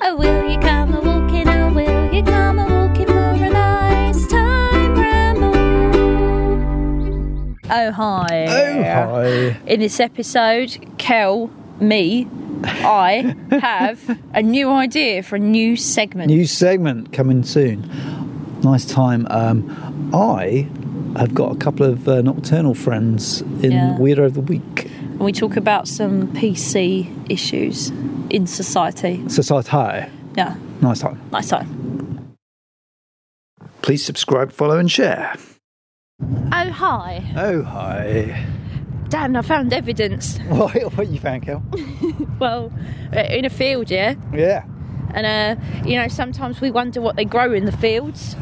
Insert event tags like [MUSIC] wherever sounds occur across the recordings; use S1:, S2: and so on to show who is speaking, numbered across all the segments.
S1: Oh, will you come a walking? Oh, will you come a walking for a nice time ramble? Oh, hi.
S2: hi.
S1: In this episode, Kel, me,
S2: [LAUGHS]
S1: I have a new idea for a new segment.
S2: New segment coming soon. Nice time. Um, I have got a couple of uh, nocturnal friends in
S1: Yeah.
S2: Weirdo of the Week
S1: and we talk about some PC issues in society.
S2: Society.
S1: Yeah,
S2: Nice time.
S1: nice time.
S2: Please subscribe, follow, and share.
S1: Oh, hi.
S2: Oh, hi. [LAUGHS]
S1: Dan, I found evidence.
S2: What, what you found, Kel?
S1: Well, uh, in a field, yeah?
S2: Yeah,
S1: And, uh, you know, sometimes we wonder what they grow in the fields.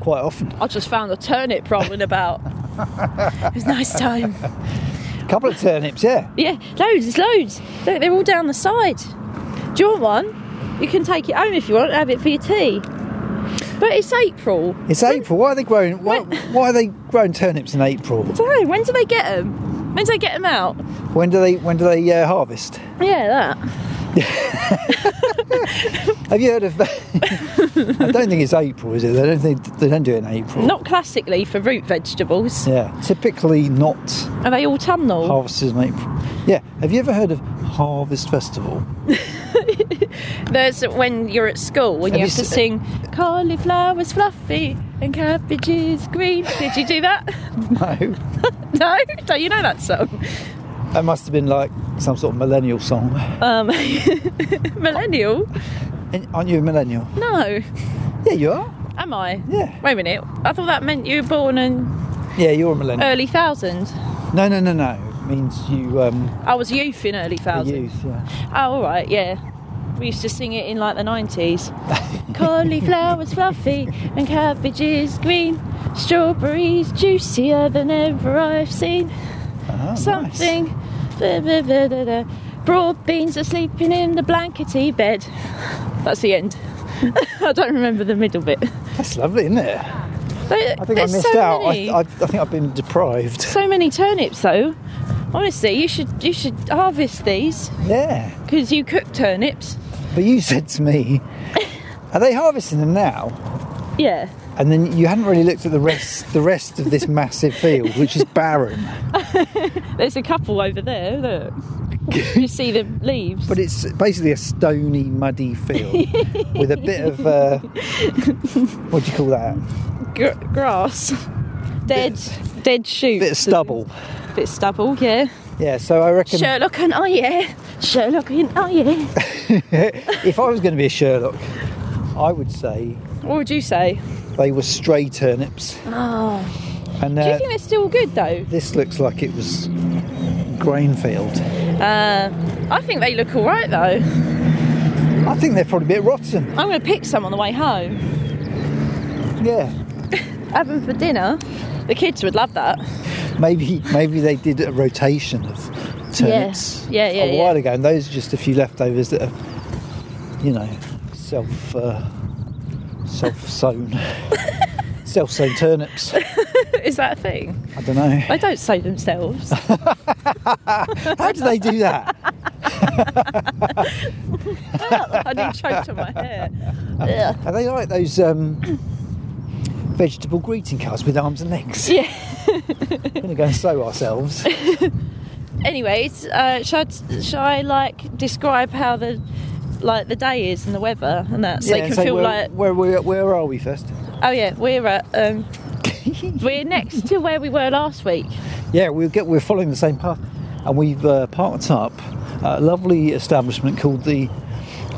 S2: quite often.
S1: I just found a turnip rolling
S2: [LAUGHS]
S1: about. it was a nice time.
S2: A couple of turnips, yeah.
S1: Yeah, loads, loads. Look, they're all down the side. Do you want one? You can take it home if you want, have it for your tea. But it's April.
S2: It's April. Why are they growing? Why, why are they growing turnips in April?
S1: I don't know, when do they get them? When do they get them out?
S2: When do they? When do they uh, harvest?
S1: Yeah, that.
S2: Have you heard of? [LAUGHS] I don't think it's April, is it? They don't think they don't do it in April.
S1: Not classically for root vegetables.
S2: Yeah, Oh. typically not
S1: Are they autumnal?
S2: harvested in April. Yeah, have you ever heard of Harvest [LAUGHS] Festival?
S1: There's when you're at school when
S2: Have
S1: you
S2: you
S1: have to
S2: se-
S1: sing cauliflowers fluffy and cabbages green. Did you do that? [LAUGHS]
S2: No,
S1: No? Don't you know that song?
S2: that must have been like some sort of millennial song.
S1: Um, [LAUGHS] millennial?
S2: And aren't you a millennial?
S1: No.
S2: Yeah, you are.
S1: Am I?
S2: Yeah,
S1: Wait a minute. I thought that meant you were born in
S2: yeah, you're a millennial.
S1: early thousand.
S2: no, no, no, no. It means you um,
S1: I was youth in early
S2: a
S1: thousand.
S2: youth. Yeah. [LAUGHS]
S1: Oh, all right, yeah. We used to sing it in like the nineties.
S2: Ah,
S1: Cauliflowers fluffy and cabbages green, strawberries juicier than ever I've seen.
S2: Ah, nice.
S1: Something. da, da, da, da, da. Broad beans are sleeping in the blankety bed. That's the end. [LAUGHS] I don't remember the middle bit.
S2: That's lovely, isn't it? I think I missed out. I, I, I think I've been deprived.
S1: so many turnips though. Honestly, you should you should harvest these
S2: Yeah.
S1: because you cook turnips.
S2: But you said
S1: [LAUGHS]
S2: to me, "Are they harvesting them now?"
S1: Yeah.
S2: And then you hadn't really looked at the rest, the rest of this massive field, which is barren.
S1: There's a couple over there. Look. you see the leaves.
S2: But it's basically a stony,
S1: [LAUGHS]
S2: muddy field with a bit of uh, what do you call that?
S1: Gr- grass. Dead dead shoots.
S2: Bit of stubble.
S1: Bit stubble. Yeah.
S2: Yeah. So I reckon
S1: Sherlock and oh yeah. Sherlock and oh yeah.
S2: if I was going to be a Sherlock, I would say
S1: What would you say?
S2: they were stray turnips.
S1: Oh.
S2: And
S1: Do you
S2: uh,
S1: think they're still good though?
S2: this looks like it was grain field.
S1: Uh, I think they look all right though.
S2: I think they're probably a bit rotten.
S1: I'm gonna pick some on the way home.
S2: Yeah.
S1: Have them for dinner. The kids would love that. [LAUGHS]
S2: Maybe maybe they did a rotation of turnips
S1: Yeah, yeah,
S2: a
S1: yeah,
S2: while
S1: yeah.
S2: ago, and those are just a few leftovers that are, you know, self uh, self [LAUGHS] sown, self sown turnips. I
S1: Is that a thing?
S2: don't know.
S1: They don't sow themselves.
S2: [LAUGHS] How do they do that?
S1: I do choked on my hair. Ugh.
S2: Are they like those um, vegetable greeting cards with arms and legs?
S1: Yeah.
S2: We're gonna go and sow ourselves.
S1: [LAUGHS] Anyways, uh, shall, I, shall I like describe how the like the day is and the weather and that, so
S2: Yeah,
S1: you can
S2: so
S1: feel
S2: where,
S1: like
S2: where, where where are
S1: [LAUGHS]
S2: we first?
S1: oh yeah, we're at um, we're next to where we were last week.
S2: Yeah, we'll get, we're following the same path, and we've uh, parked up at a lovely establishment called the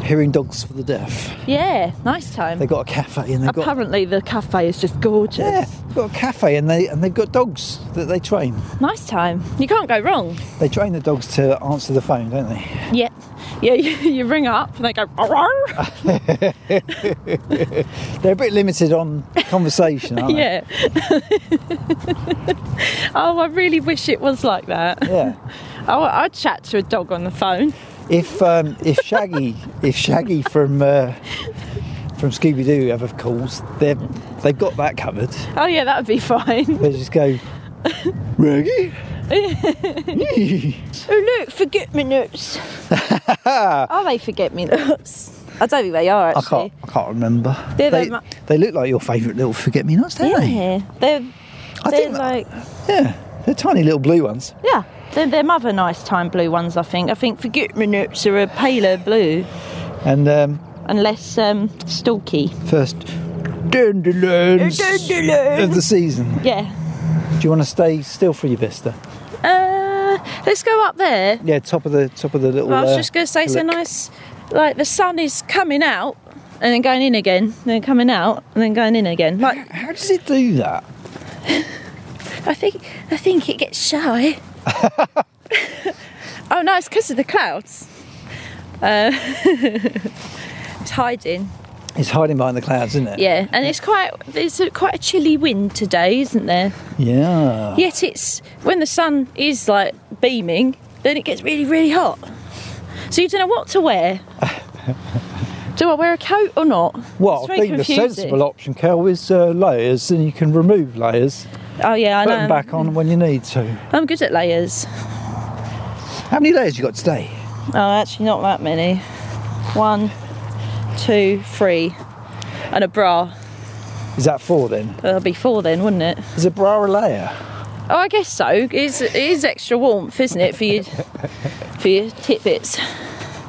S2: Hearing Dogs for the Deaf.
S1: Yeah, nice time.
S2: They've got a cafe, and they've got
S1: Apparently, the cafe is just gorgeous.
S2: yeah, they've got a cafe, and they and they've got dogs that they train.
S1: Nice time. You can't go wrong.
S2: They train the dogs to answer the phone, don't they?
S1: Yeah, yeah. [LAUGHS] You, you ring up and they go. "Arr!"
S2: They're a bit limited on
S1: [LAUGHS]
S2: conversation, aren't
S1: Yeah. oh, I really wish it was like that.
S2: they? [LAUGHS] Yeah.
S1: Oh, I'd chat to a dog on the phone.
S2: If um, if Shaggy if Shaggy from uh, from Scooby Doo ever calls, they've they've got that covered.
S1: [LAUGHS] Oh yeah, that would be fine.
S2: [LAUGHS] They just go, Raggy,
S1: Oh, look, forget me
S2: [LAUGHS]
S1: nots. Are they forget me nots? I don't think they are
S2: I
S1: actually.
S2: can't. I can't remember.
S1: They're
S2: they,
S1: the ma-
S2: they look like your favourite little forget-me-nots, don't they?
S1: Yeah, they're
S2: I
S1: they're
S2: think that-
S1: like
S2: Yeah, they're tiny little blue ones.
S1: yeah, they're they're mother nice time blue ones. I think. I think forget me nots are a paler blue
S2: And um,
S1: and less um, stalky.
S2: first dandelions
S1: Dandelions.
S2: of the season.
S1: Yeah.
S2: Do you want to stay still for your vista?
S1: Uh, let's go up there.
S2: Yeah, top of the top of the little.
S1: I was
S2: uh,
S1: just going to say, so
S2: look.
S1: nice. Like the sun is coming out and then going in again, and then coming out and then going in again. Like
S2: How does it do that?
S1: I think, I think it gets shy. [LAUGHS] oh no, it's because of the clouds. Uh, [LAUGHS] it's hiding.
S2: It's hiding behind the clouds, isn't it?
S1: Yeah, and it's quite, it's a, quite a chilly wind today, isn't there?
S2: Yeah.
S1: Yet it's when the sun is like beaming, then it gets really, really hot. So you don't know what to [LAUGHS] wear. Do I wear a coat or not?
S2: Well,
S1: It's
S2: I
S1: very
S2: think
S1: confusing.
S2: the sensible option, Kel, is uh, layers, and you can remove layers,
S1: Oh yeah, I
S2: put
S1: know.
S2: them back on when you need to.
S1: I'm good at layers.
S2: How many layers you got today?
S1: Oh, actually, not that many. One, two, three, and a bra.
S2: Is that four then?
S1: That'll be four then, wouldn't it?
S2: Is a bra a layer?
S1: Oh, I guess so. It is, it is extra warmth, isn't it, for your for your titbits?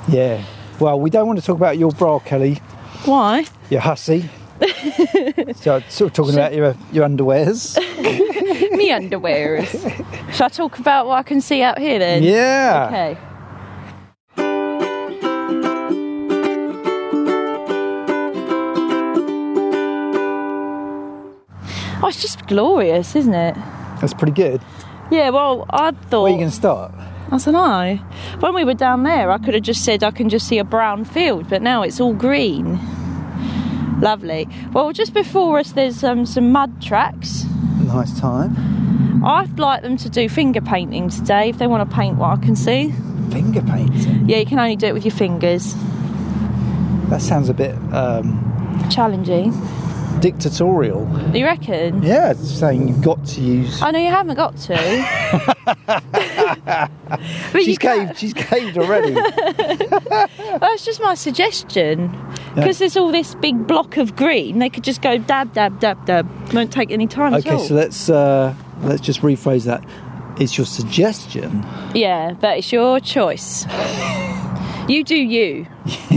S2: Yeah. Well, we don't want to talk about your bra, Kelly.
S1: Why?
S2: You hussy. so sort of talking about your your underwears.
S1: Me underwear. Shall I talk about what I can see out here then?
S2: yeah.
S1: Okay. Oh, it's just glorious, isn't it?
S2: That's pretty good.
S1: Yeah, well, I thought.
S2: Where are you going to start?
S1: I don't know. When we were down there, I could have just said I can just see a brown field, but now it's all green. Lovely. Well, just before us, there's um, some mud tracks.
S2: Nice time.
S1: I'd like them to do finger painting today if they want to paint what I can see.
S2: Finger painting.
S1: Yeah, you can only do it with your fingers.
S2: That sounds a bit um,
S1: Challenging.
S2: dictatorial.
S1: You reckon?
S2: Yeah, it's saying you've got to use.
S1: I know you haven't got
S2: [LAUGHS]
S1: to. but
S2: she's
S1: can-
S2: caved. She's caved already.
S1: That's just my suggestion.
S2: Yeah.
S1: Because there's all this big block of green, they could just go dab, dab, dab, dab. Won't take any time at
S2: okay,
S1: all.
S2: so let's uh, let's just rephrase that. It's your suggestion. [LAUGHS]
S1: yeah, but it's your choice. you do you.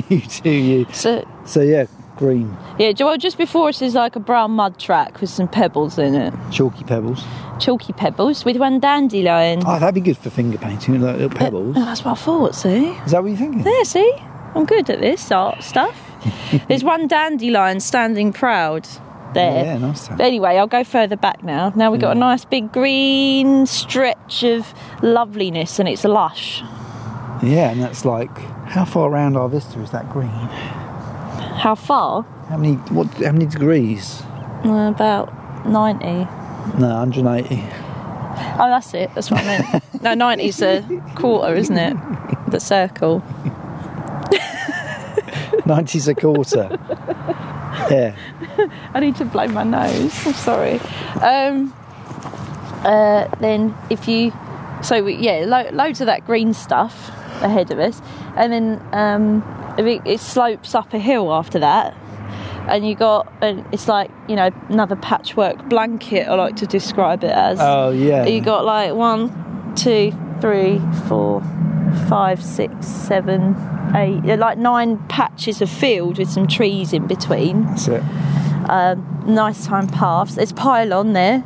S2: you do you.
S1: So
S2: So yeah, green
S1: yeah, well, just before us is like a brown mud track with some pebbles in it,
S2: chalky pebbles.
S1: chalky pebbles with one dandelion.
S2: Oh, that'd be good for finger painting, like
S1: [LAUGHS]
S2: little pebbles.
S1: Oh, that's what I thought. See.
S2: Is that what you're thinking?
S1: There, see? I'm good at this art stuff.
S2: [LAUGHS]
S1: There's one dandelion standing proud there.
S2: Yeah, nice Mm.
S1: But
S2: one.
S1: Anyway, I'll go further back now. Now we've got a nice big green stretch of loveliness and it's lush.
S2: Yeah, and that's like how far around our vista is that green?
S1: How far?
S2: How many what how many degrees?
S1: Uh, about 90.
S2: No, [LAUGHS] 180.
S1: Oh, that's it. That's what I meant. no, 90's a quarter, isn't it? The circle.
S2: 90's a quarter. yeah.
S1: I need to blow my nose. I'm sorry. Um, uh, then if you, so we, yeah, lo- loads of that green stuff ahead of us, and then um, if it, it slopes up a hill after that, and you got, and it's like you know another patchwork blanket. I like to describe it as.
S2: Oh yeah.
S1: You got like one, two, three, four, five, six, seven, eight, yeah, like nine patches of field with some trees in between
S2: That's it.
S1: um, nice time paths. There's pylon there.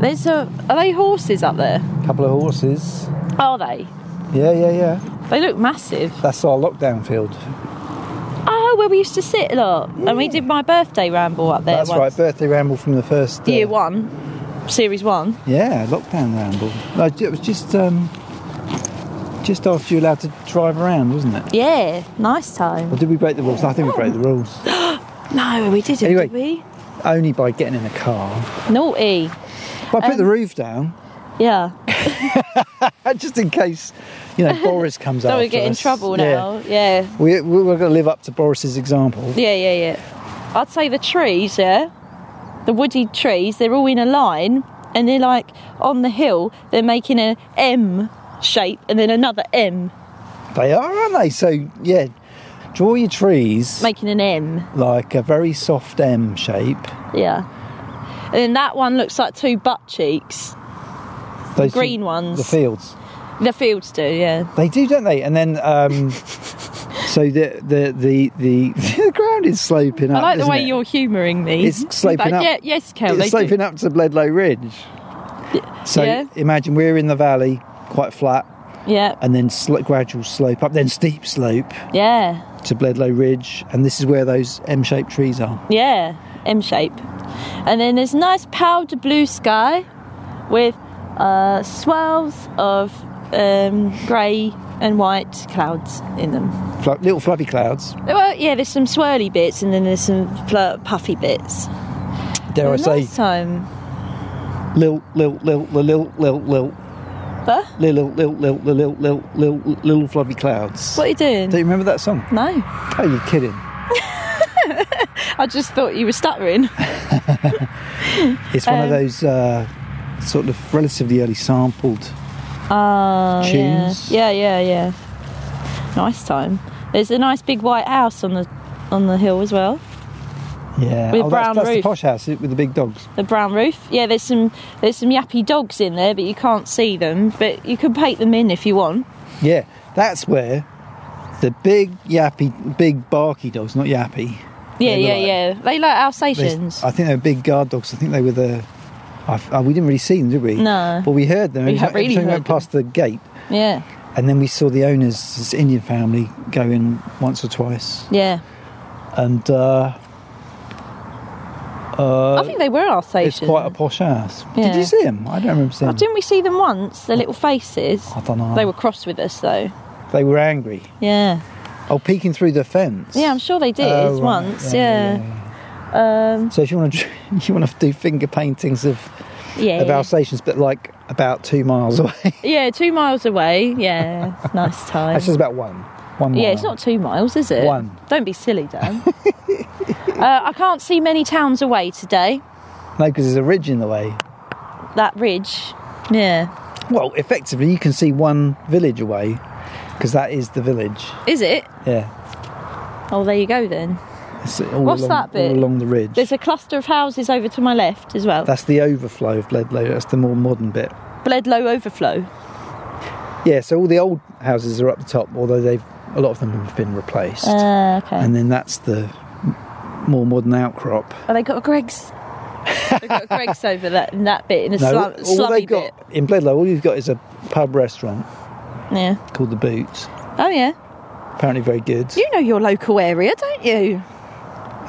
S1: There's a. Are they horses up there?
S2: Couple of horses.
S1: Are they?
S2: Yeah, yeah, yeah.
S1: They look massive.
S2: That's our lockdown field.
S1: Oh, where we used to sit a lot, and we did my birthday ramble up there.
S2: That's
S1: once.
S2: right. Birthday ramble from the first uh,
S1: Year one, series one.
S2: Yeah, lockdown ramble. No, it was just um, just after you were allowed to drive around, wasn't it?
S1: Yeah, nice time.
S2: Or did we break the rules? I think we broke the
S1: [GASPS]
S2: rules.
S1: No, we didn't,
S2: Anyway.
S1: did we?
S2: Only by getting in a car.
S1: Naughty.
S2: But I put
S1: Um,
S2: the roof down
S1: Yeah.
S2: [LAUGHS] just in case, you know, Boris comes
S1: [LAUGHS]
S2: out.
S1: Don't we get in trouble now? Yeah.
S2: We, we were going to live up to Boris's example.
S1: Yeah, yeah, yeah. I'd say the trees, yeah, the woody trees, they're all in a line, and and they're like on the hill, they're making an M shape and then another M,
S2: They are, aren't they? So yeah, draw your trees
S1: making an M.
S2: like a very soft M shape.
S1: Yeah. And then that one looks like two butt cheeks.
S2: Those
S1: green
S2: are
S1: ones.
S2: The fields.
S1: The fields do, yeah.
S2: They do, don't they? And then
S1: [LAUGHS]
S2: um so the the the the, [LAUGHS] the ground is sloping up.
S1: I like the
S2: isn't
S1: way
S2: it?
S1: you're humouring me.
S2: It's sloping
S1: Like,
S2: up.
S1: Yeah, yes, Kel.
S2: it's
S1: they
S2: sloping
S1: do.
S2: up to Bledlow Ridge. So
S1: yeah.
S2: imagine we're in the valley, quite flat,
S1: Yeah,
S2: and then sl- gradual slope up, then steep slope
S1: yeah,
S2: to Bledlow Ridge, and this is where those M-shaped trees are.
S1: yeah. M shape. And then there's nice powder blue sky with uh, swirls of um, grey and white clouds in them.
S2: Fl- little fluffy clouds.
S1: Well, yeah, there's some swirly bits and then there's some fl- puffy bits.
S2: Dare I say,
S1: Last time.
S2: lil lil lil lil lil lil lil
S1: Huh?
S2: lil lil lil lil lil lil lil little fluffy clouds.
S1: What are you doing?
S2: Do you remember that song?
S1: no.
S2: Oh, you're kidding!
S1: I just thought you were
S2: [LAUGHS]
S1: stuttering.
S2: It's one of
S1: Um,
S2: those uh, sort of relatively early sampled.
S1: Ah,
S2: Tunes.
S1: Yeah. yeah, yeah, yeah. Nice time. There's a nice big white house on the on the hill as well.
S2: Yeah,
S1: With
S2: oh,
S1: brown
S2: that's, that's the
S1: roof.
S2: posh house with the big dogs.
S1: The brown roof. Yeah, there's some there's some yappy dogs in there, but you can't see them. But you can paint them in if you want.
S2: Yeah, that's where the big yappy, big barky dogs, not yappy.
S1: Yeah,
S2: They
S1: yeah,
S2: look like-
S1: yeah. They like
S2: They-
S1: Alsatians.
S2: I think they were big guard dogs. I think they were the. I, I- we didn't really see them, did we?
S1: No.
S2: But we heard them.
S1: We
S2: every
S1: ha-
S2: time- every
S1: really
S2: time we
S1: heard
S2: went
S1: them.
S2: past the gate,
S1: yeah,
S2: and then we saw the owners, this Indian family, go in once or twice,
S1: yeah.
S2: and uh,
S1: I think they were
S2: it's
S1: Alsatians.
S2: quite a posh house. Did
S1: Yeah.
S2: you see them? I don't remember seeing.
S1: Oh,
S2: them.
S1: didn't we see them once? Their little faces.
S2: I dunno.
S1: They were cross with us though.
S2: They were angry.
S1: Yeah.
S2: Oh, peeking through the fence.
S1: Yeah, I'm sure they did
S2: Oh, right.
S1: once. yeah. Um,
S2: So if you want to, [LAUGHS] you want to do finger paintings of
S1: yeah.
S2: of Alsatians, but like about two miles away.
S1: Yeah, two miles away.
S2: [LAUGHS]
S1: Yeah, nice time.
S2: That's just about one. One mile.
S1: yeah, it's not two miles, is it?
S2: One.
S1: Don't be silly,
S2: [LAUGHS]
S1: Dan. uh, I can't see many towns away today.
S2: No, because there's a ridge in the way.
S1: That ridge. Yeah.
S2: Well, effectively, you can see one village away because that is the village.
S1: Is it?
S2: Yeah.
S1: Oh, there you go then.
S2: It's all
S1: What's
S2: along,
S1: that bit?
S2: All along the ridge.
S1: There's a cluster of houses over to my left as well.
S2: That's the overflow of Bledlow. That's the more modern bit.
S1: Bledlow Overflow.
S2: Yeah, so all the old houses are up the top, although they've a lot of them have been replaced.
S1: Uh, okay.
S2: and then that's the m- more modern outcrop.
S1: oh, they got a
S2: [LAUGHS]
S1: Greg's. They've got a Greg's over that in that bit in the slum,
S2: all- all
S1: slummy
S2: they've got in Bledlow, all you've got is a pub restaurant
S1: bit. Yeah.
S2: called the Boots.
S1: Oh yeah.
S2: Apparently, very good.
S1: You know your local area, don't you?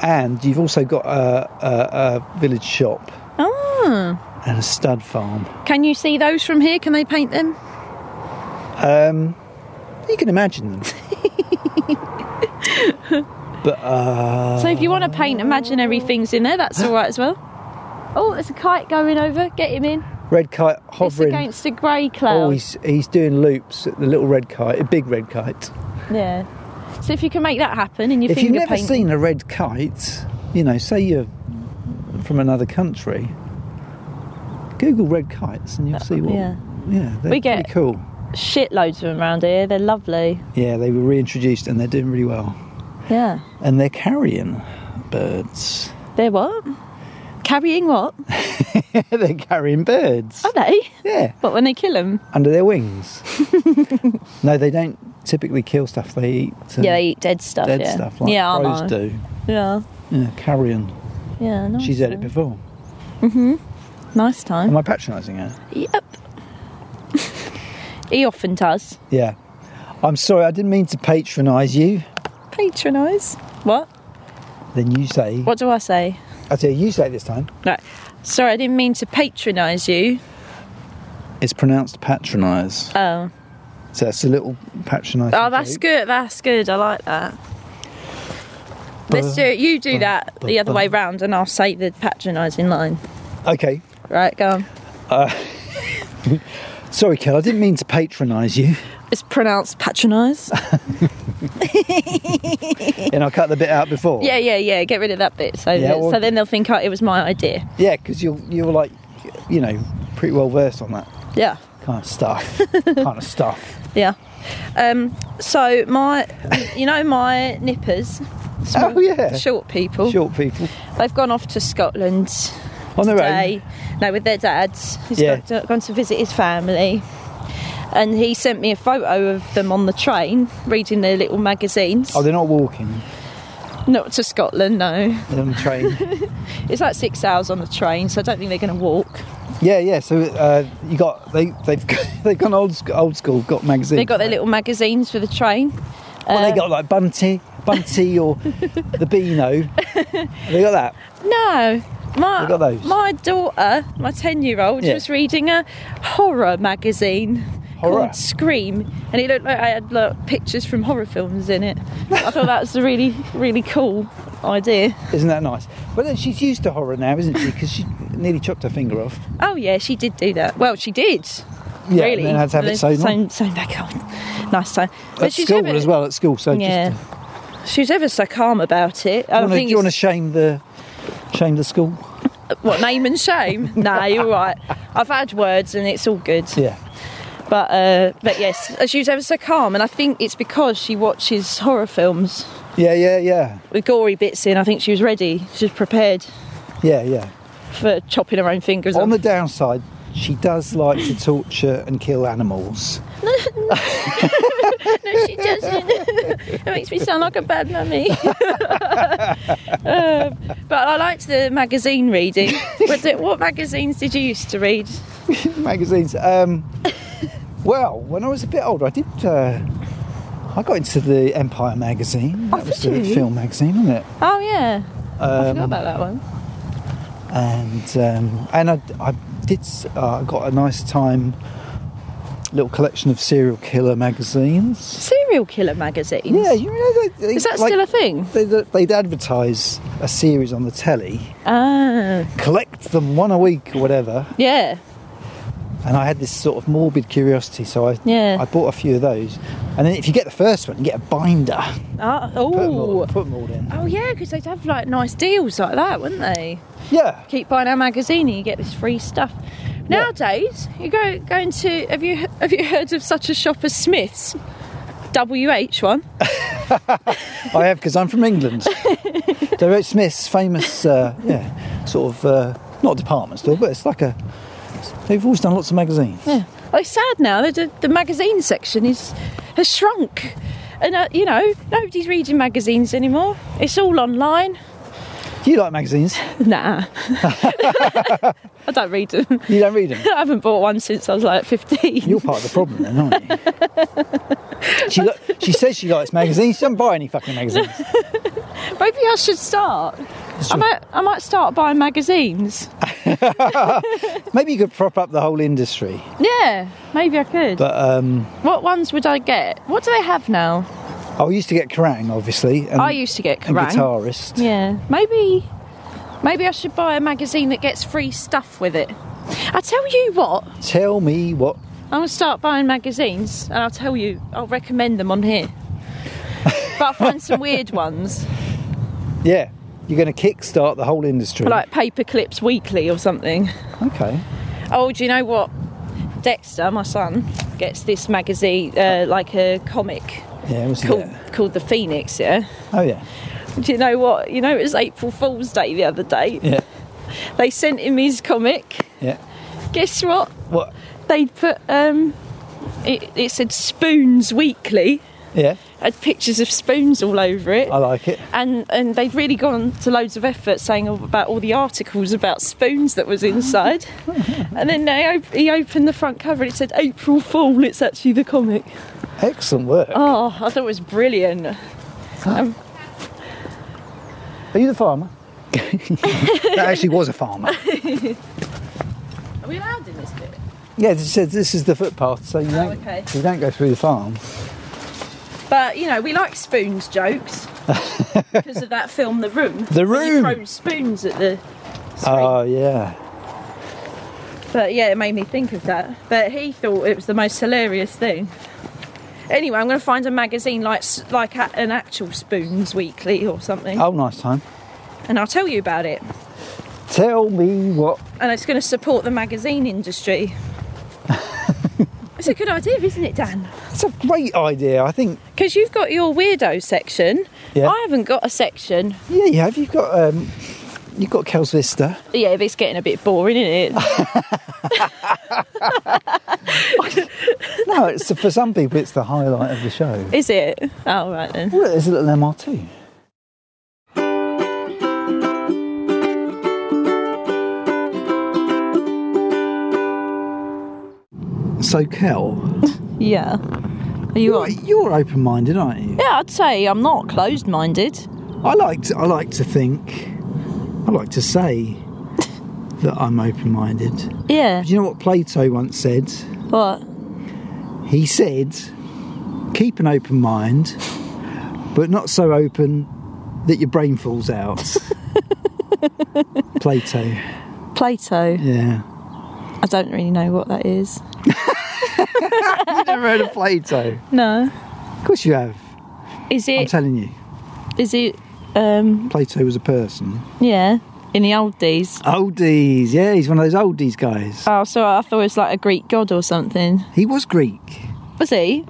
S2: And you've also got a, a, a village shop
S1: Oh.
S2: and a stud farm.
S1: Can you see those from here? Can they paint them?
S2: Um, you can
S1: [LAUGHS]
S2: imagine them. but uh,
S1: So if you want to paint imaginary things in there, that's all right as well. Oh, there's a kite going over. Get him in.
S2: red kite
S1: It's
S2: hovering.
S1: against a grey cloud.
S2: Oh, he's, he's doing loops at the little red kite, a big red kite.
S1: Yeah. So if you can make that happen in your
S2: If you've
S1: finger
S2: never
S1: paint,
S2: seen a red kite, you know, say you're from another country, Google red kites and you'll see what.
S1: yeah.
S2: yeah they're
S1: We get-
S2: pretty cool.
S1: shitloads of them around here. They're lovely.
S2: Yeah, they were reintroduced and they're doing really well.
S1: Yeah.
S2: And they're carrion birds. [LAUGHS]
S1: They're what? Carrying what?
S2: they're carrying birds.
S1: Are they? [LAUGHS]
S2: Yeah,
S1: But when they kill them,
S2: under
S1: [LAUGHS]
S2: their wings. no, they don't typically kill stuff. They eat. uh,
S1: yeah, they eat dead stuff.
S2: dead
S1: yeah.
S2: stuff like
S1: yeah, I
S2: crows
S1: know.
S2: do.
S1: Yeah.
S2: Yeah, carrion.
S1: Yeah. Nice
S2: She's had it
S1: time.
S2: before.
S1: Nice
S2: Am
S1: time.
S2: I patronising her?
S1: Yep. [LAUGHS] he often does.
S2: Yeah. I'm sorry, I didn't mean to patronise you.
S1: Patronise. What?
S2: Then you say.
S1: What do I say?
S2: I tell you, you say it this time.
S1: Right. Sorry, I didn't mean to patronise you.
S2: It's pronounced patronise.
S1: Oh.
S2: So it's a little patronising.
S1: Oh, that's
S2: joke.
S1: good. That's good. I like that. Let's do it. You do that the other way round, and I'll say the patronising line.
S2: Okay.
S1: Right, go on.
S2: Sorry, Kel, I didn't mean to patronise
S1: [LAUGHS]
S2: you.
S1: It's pronounced patronise.
S2: and I'll cut the bit out before.
S1: [LAUGHS] yeah, yeah, yeah. Get rid of that bit. So,
S2: Yeah,
S1: that-
S2: or-
S1: so then they'll think oh, it was my idea.
S2: Yeah, because you're, you're like, you know, pretty well versed on that
S1: Yeah.
S2: kind of
S1: [LAUGHS]
S2: stuff. kind of stuff.
S1: Yeah. Um, so my, you know, my nippers. small-
S2: [LAUGHS] Oh, yeah.
S1: Short people.
S2: Short people
S1: They've gone off to Scotland
S2: on their own.
S1: today. No, with their dads. He's
S2: Yeah.
S1: gone, to, gone to visit his family. And he sent me a photo of them on the train reading their little magazines.
S2: Oh, they're not walking.
S1: Not to Scotland, no.
S2: They're on the
S1: [LAUGHS]
S2: train.
S1: It's like six hours on the train, so I don't think they're going to walk.
S2: Yeah, yeah. So uh, you got [LAUGHS] they they've they've gone old sc- old school. Got magazines.
S1: They got their little magazines for the train.
S2: Well,
S1: Uh,
S2: they got like Bunty, Bunty
S1: [LAUGHS]
S2: or the Beano. they got that.
S1: No. My,
S2: They got those.
S1: my daughter, my 10 year old,
S2: Yeah.
S1: was reading a horror magazine
S2: Horror?
S1: called Scream, and it looked like I had like, pictures from horror films in it. I thought that was a really, really cool idea.
S2: Isn't that nice? But then she's used to horror now, isn't she? Because she nearly chopped her finger off.
S1: Oh, yeah, she did do that. Well, she did.
S2: Yeah,
S1: really.
S2: And then had to have it sewn on.
S1: sewn, sewn back on. Nice time.
S2: At school
S1: ever,
S2: as well. At school, so
S1: Yeah.
S2: just.
S1: She was ever so calm about it. I
S2: Do you wanna- do
S1: think
S2: you want to
S1: it's-
S2: shame the shame the school?
S1: what name and
S2: [LAUGHS]
S1: shame? nah, you're right. I've had words and it's all good.
S2: Yeah.
S1: But uh, but yes, she was ever so calm, and I think it's because she watches horror films
S2: Yeah, yeah, yeah,
S1: with gory bits in. I think she was ready. She was prepared
S2: yeah, yeah.
S1: for chopping her own fingers
S2: On
S1: off.
S2: the downside, she does like to torture and kill animals.
S1: [LAUGHS] no, she doesn't. [LAUGHS] it makes me sound like a bad mummy. [LAUGHS] um, but I liked the magazine
S2: [LAUGHS]
S1: reading. what, did- what magazines did you used to read?
S2: magazines. Um, well, when I was a bit older, I did. Uh, I got into the Empire magazine. That was
S1: Oh, did
S2: the
S1: you?
S2: film magazine, wasn't it?
S1: Oh yeah, I forgot
S2: Um,
S1: about that one.
S2: and um, and I, I did. s- uh, I got a nice time. Little collection of serial killer magazines.
S1: Serial killer magazines.
S2: Yeah, you know they, they,
S1: Is that
S2: like,
S1: still a thing?
S2: they, they'd advertise a series on the telly,
S1: Ah,
S2: collect them one a week or whatever,
S1: yeah.
S2: and I had this sort of morbid curiosity, so I
S1: Yeah.
S2: I bought a few of those. And then if you get the first one, you get a binder.
S1: Ah,
S2: Put them, all,
S1: oh.
S2: put 'em all in.
S1: Oh yeah, because they'd have like nice deals like that, wouldn't they?
S2: Yeah.
S1: Keep buying our magazine and you get this free stuff. Nowadays, you go going to have you have you heard of such a shop as Smiths? WH one.
S2: I have because I'm from
S1: [LAUGHS]
S2: England. Derek Smith's famous, uh, yeah, sort of uh, not department store, but it's like a. They've always done lots of magazines.
S1: Yeah. Oh, it's sad now that the, the magazine section is has shrunk, and uh, you know nobody's reading magazines anymore. It's all online.
S2: Do you like magazines?
S1: [LAUGHS] Nah, [LAUGHS] I don't read them.
S2: You don't read them.
S1: I haven't bought one since I was like fifteen.
S2: You're part of the problem, then, aren't you?
S1: [LAUGHS]
S2: She, lo- she says she likes magazines. She doesn't buy any fucking magazines.
S1: Maybe I should start. I might, I might start buying magazines.
S2: Maybe you could prop up the whole industry.
S1: Yeah, maybe I could.
S2: But um,
S1: what ones would I get? What do they have now?
S2: I used to get Kerrang, obviously. And,
S1: I used to get
S2: and
S1: Kerrang.
S2: guitarist.
S1: Yeah, maybe, maybe I should buy a magazine that gets free stuff with it. I tell you what,
S2: Tell me what.
S1: I'm gonna start buying magazines, and I'll tell you, I'll recommend them on
S2: [LAUGHS]
S1: here. but I'll find some weird ones,
S2: Yeah, you're going to kickstart the whole industry.
S1: like Paper Clips Weekly or something.
S2: Okay.
S1: Oh, do you know what? Dexter, my son, gets this magazine, uh, like a comic
S2: Yeah, what's
S1: called,
S2: that?
S1: called The Phoenix, yeah?
S2: Oh, yeah.
S1: Do you know what? You know, it was April Fool's Day the other day.
S2: Yeah.
S1: They sent him his comic.
S2: Yeah.
S1: Guess what?
S2: What?
S1: They put, um, it, it said Spoons Weekly,
S2: Yeah,
S1: had pictures of spoons all over it.
S2: I like it.
S1: and, and they'd really gone to loads of effort saying all about all the articles about spoons that was inside. and then they op- he opened the front cover and it said April Fool, it's actually the comic.
S2: Excellent work.
S1: Oh, I thought it was brilliant. Um,
S2: Are you the
S1: [LAUGHS]
S2: farmer? that actually was a farmer.
S1: are we allowed in this bit?
S2: Yeah, this is, this is the footpath, so you don't,
S1: Oh, okay.
S2: you don't go through the farm.
S1: But you know, we like spoons
S2: [LAUGHS]
S1: jokes because of that film, The Room.
S2: The
S1: where you
S2: Room.
S1: throw spoons at the. screen.
S2: Oh, yeah.
S1: But yeah, it made me think of that. But he thought it was the most hilarious thing. Anyway, I'm going to find a magazine like s- like a, an actual Spoons Weekly or something,
S2: Oh, nice time.
S1: and I'll tell you about it.
S2: Tell me what.
S1: and it's going to support the magazine
S2: [LAUGHS]
S1: industry. it's a good idea, isn't it, Dan?
S2: It's a great idea. I think.
S1: Because you've got your weirdo section.
S2: Yeah.
S1: I haven't got a section.
S2: Yeah, you have. You've got. Um, you've got Kels Vista.
S1: Yeah, but it's getting a bit boring, isn't
S2: [LAUGHS]
S1: it?
S2: No, it's for some people, it's the highlight of the show.
S1: Is it? Oh, right then.
S2: Well, there's a little MRT. So, Kel,
S1: Yeah. Are you
S2: you're,
S1: on?
S2: you're open-minded, aren't you?
S1: Yeah, I'd say I'm not closed minded.
S2: I like to, I like to think, I like to say that I'm open-minded. Do
S1: Yeah.
S2: you know what Plato once said?
S1: What?
S2: He said, "Keep an open mind, but not so open that your brain falls [LAUGHS] out." Plato,
S1: Plato.
S2: yeah.
S1: I don't really know what that is.
S2: You've never heard of Plato?
S1: No.
S2: Of course you have.
S1: Is
S2: I'm
S1: it?
S2: telling you,
S1: Is it? Um.
S2: Plato was a person.
S1: Yeah. In the old days.
S2: Oldies, yeah, he's one of those oldies guys.
S1: Oh, so I thought it was like a Greek god or something.
S2: He was Greek.
S1: Was he?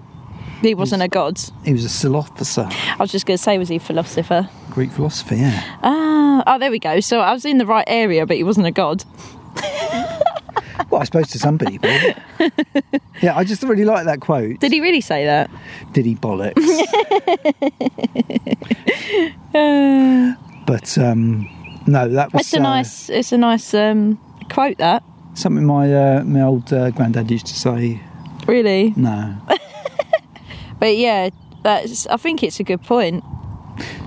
S1: He wasn't a god.
S2: He was a philosopher,
S1: I was just going to say, was he a philosopher?
S2: Greek philosopher, yeah.
S1: Ah, oh, there we go. So I was in the right area, but he wasn't a god.
S2: Well, I suppose to some people. [LAUGHS] yeah, I just really like that quote.
S1: Did he really say that?
S2: Did he [LAUGHS] bollocks?
S1: Uh,
S2: but um, no, that was
S1: It's a
S2: uh,
S1: nice, it's a nice um, quote. That
S2: something my uh, my old uh, granddad used to say.
S1: really,
S2: No,
S1: but yeah, that's. I think it's a good point.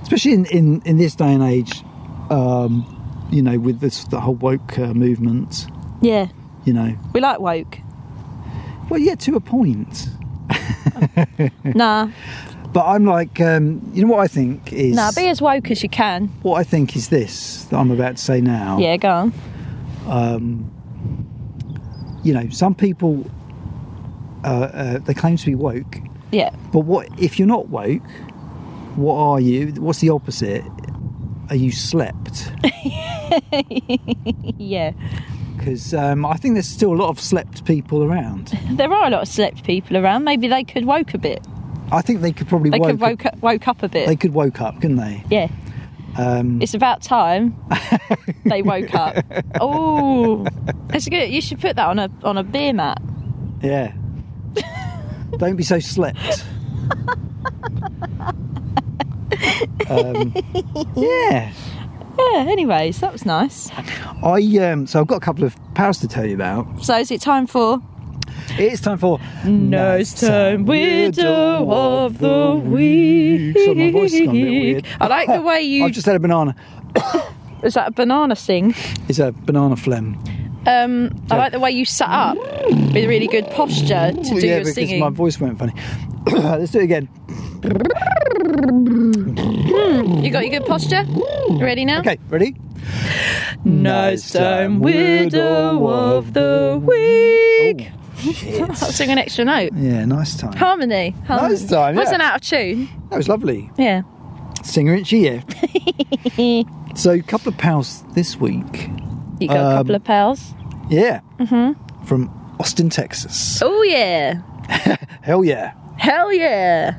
S2: especially in, in, in this day and age, um, you know, with this the whole woke uh, movement,
S1: Yeah,
S2: you know.
S1: we like woke.
S2: Well, yeah, to a point. Hmm.
S1: nah,
S2: But I'm like, um, you know, what I think is
S1: nah, be as woke as you can.
S2: what I think is this that I'm about to say now.
S1: Yeah, go on.
S2: um, you know, some people uh, uh, they claim to be woke,
S1: Yeah,
S2: but what if you're not woke? What are you? What's the opposite? Are you slept?
S1: yeah.
S2: Because um, I think there's still a lot of slept people around.
S1: There are a lot of slept people around. Maybe they could woke a bit.
S2: I think they could probably
S1: They
S2: woke,
S1: could woke up, woke up a bit.
S2: they could woke up, couldn't they?
S1: yeah,
S2: Um,
S1: it's about
S2: [LAUGHS]
S1: time they woke up. Oh, that's good. You should put that on a on a beer mat.
S2: yeah. Don't be so slept. um, yeah.
S1: Yeah. Anyways, that was nice.
S2: I um, so I've got a couple of powers to tell you about.
S1: So is it time for?
S2: It's time for
S1: No, it's time widow of the week.
S2: So my voice has gone a bit weird.
S1: I like the
S2: [LAUGHS]
S1: way you.
S2: I've just had a banana.
S1: Is that a banana sing?
S2: It's a banana phlegm.
S1: Um, I like the way you sat up with really good posture to do
S2: yeah,
S1: your
S2: because
S1: singing.
S2: my voice went funny. [COUGHS] Let's do it again.
S1: You got your good posture? You ready now?
S2: Okay, ready?
S1: Nice time, widow of the week.
S2: Oh,
S1: Mm.
S2: Shit.
S1: I'll sing an extra note.
S2: Yeah, nice time.
S1: Harmony. Harmony.
S2: Nice time, yeah.
S1: Wasn't out of tune.
S2: That was lovely.
S1: Yeah.
S2: Singer in yeah. so, a couple of pals this week.
S1: You got
S2: Um,
S1: a couple of pals.
S2: Yeah. Mm-hmm. From Austin, Texas.
S1: Oh yeah.
S2: Hell yeah.
S1: Hell yeah.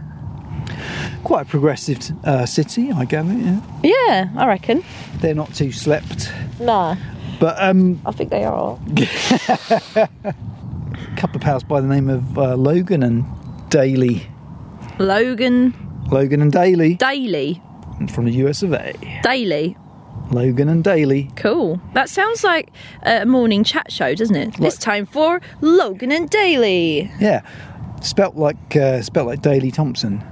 S2: Quite a progressive uh, city, I gather. Yeah.
S1: Yeah, I reckon.
S2: They're not too slept.
S1: No,
S2: But um,
S1: I think they are.
S2: a couple of pals by the name of uh, Logan and Daly.
S1: Logan
S2: Logan and Daly
S1: Daly.
S2: from the US of A.
S1: Daily.
S2: Logan and Daly.
S1: Cool. That sounds like a morning chat show, doesn't it? It's time for Logan and Daily.
S2: Yeah, spelt like uh, spelt like Daly Thompson,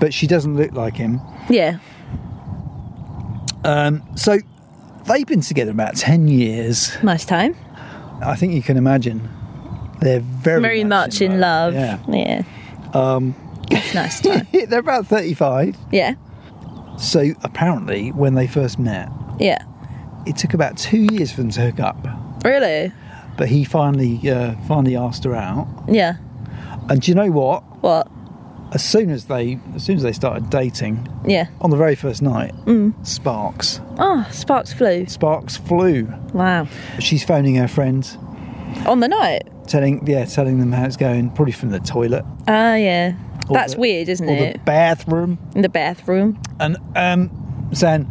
S2: but she doesn't look like him.
S1: Yeah.
S2: Um, so they've been together about ten years.
S1: Nice time.
S2: I think you can imagine they're very
S1: Very much in love.
S2: Yeah, [LAUGHS]
S1: Yeah.
S2: um,
S1: It's nice [LAUGHS] time.
S2: they're about thirty-five.
S1: yeah.
S2: So apparently, when they first met,
S1: Yeah.
S2: it took about two years for them to hook up.
S1: Really?
S2: But he finally uh, finally asked her out.
S1: Yeah.
S2: And do you know what?
S1: What?
S2: as soon as they as soon as they started dating
S1: Yeah.
S2: on the very first night,
S1: Mm.
S2: sparks
S1: Ah, sparks flew.
S2: sparks flew.
S1: Wow.
S2: She's phoning her friends,
S1: On the night.
S2: telling yeah, telling them how it's going, probably from the toilet,
S1: Ah, yeah.
S2: Or
S1: That's
S2: the-
S1: weird, isn't
S2: or
S1: it?
S2: the bathroom,
S1: In the bathroom.
S2: and um, saying,